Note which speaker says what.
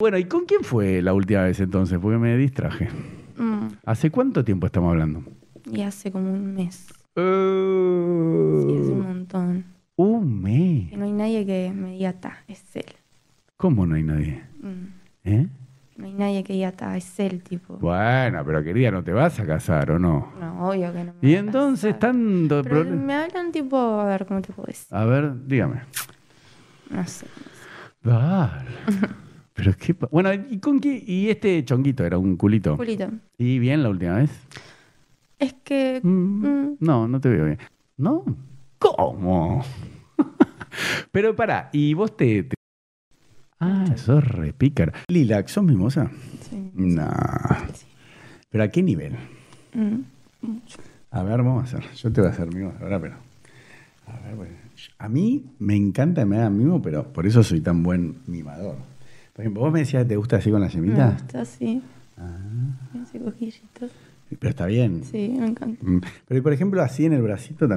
Speaker 1: Bueno, ¿y con quién fue la última vez entonces? Porque me distraje.
Speaker 2: Mm,
Speaker 1: ¿Hace cuánto tiempo estamos hablando?
Speaker 2: y hace como un mes. Sí, es un
Speaker 1: Eh,
Speaker 2: montón.
Speaker 1: un
Speaker 2: Que
Speaker 1: mes.
Speaker 2: no hay nadie que me diga ta, es él.
Speaker 1: ¿Cómo no hay nadie?
Speaker 2: Mm,
Speaker 1: ¿Eh?
Speaker 2: No hay nadie que diga ta, es él, tipo.
Speaker 1: Bueno, pero querida, ¿no te vas a casar o no?
Speaker 2: No, obvio que no. me
Speaker 1: Y
Speaker 2: van a
Speaker 1: entonces
Speaker 2: casar.
Speaker 1: tanto
Speaker 2: Pero
Speaker 1: problema.
Speaker 2: me hablan tipo, a ver, ¿cómo te puedo decir?
Speaker 1: A ver, dígame.
Speaker 2: No sé.
Speaker 1: Dale. Pero qué. pa- Bueno, ¿y con qué? ¿Y este chonguito era un culito?
Speaker 2: Julito,
Speaker 1: ¿Y bien la última vez?
Speaker 2: es que...
Speaker 1: Mm,
Speaker 2: Mm.
Speaker 1: No, no te veo bien. ¿No? ¿Cómo? Pero pará, y vos te. te- Ah, sos re pícara. Lila, ¿sos mimosa?
Speaker 2: sí,
Speaker 1: Nah. ¿Pero a qué nivel?
Speaker 2: mm,
Speaker 1: A ver, vamos a hacer. Yo te voy a hacer mimo ahora, pero. A ver, pues, A mí me encanta que me hagan mimo, pero por eso soy tan buen mimador. Por ejemplo, vos me decías que te gusta así con la
Speaker 2: me
Speaker 1: semita.
Speaker 2: gusta así.
Speaker 1: Ah.
Speaker 2: Me hace cosquillitas.
Speaker 1: Pero está bien.
Speaker 2: Sí, me encanta.
Speaker 1: Mm. Pero y por ejemplo, así en el bracito también.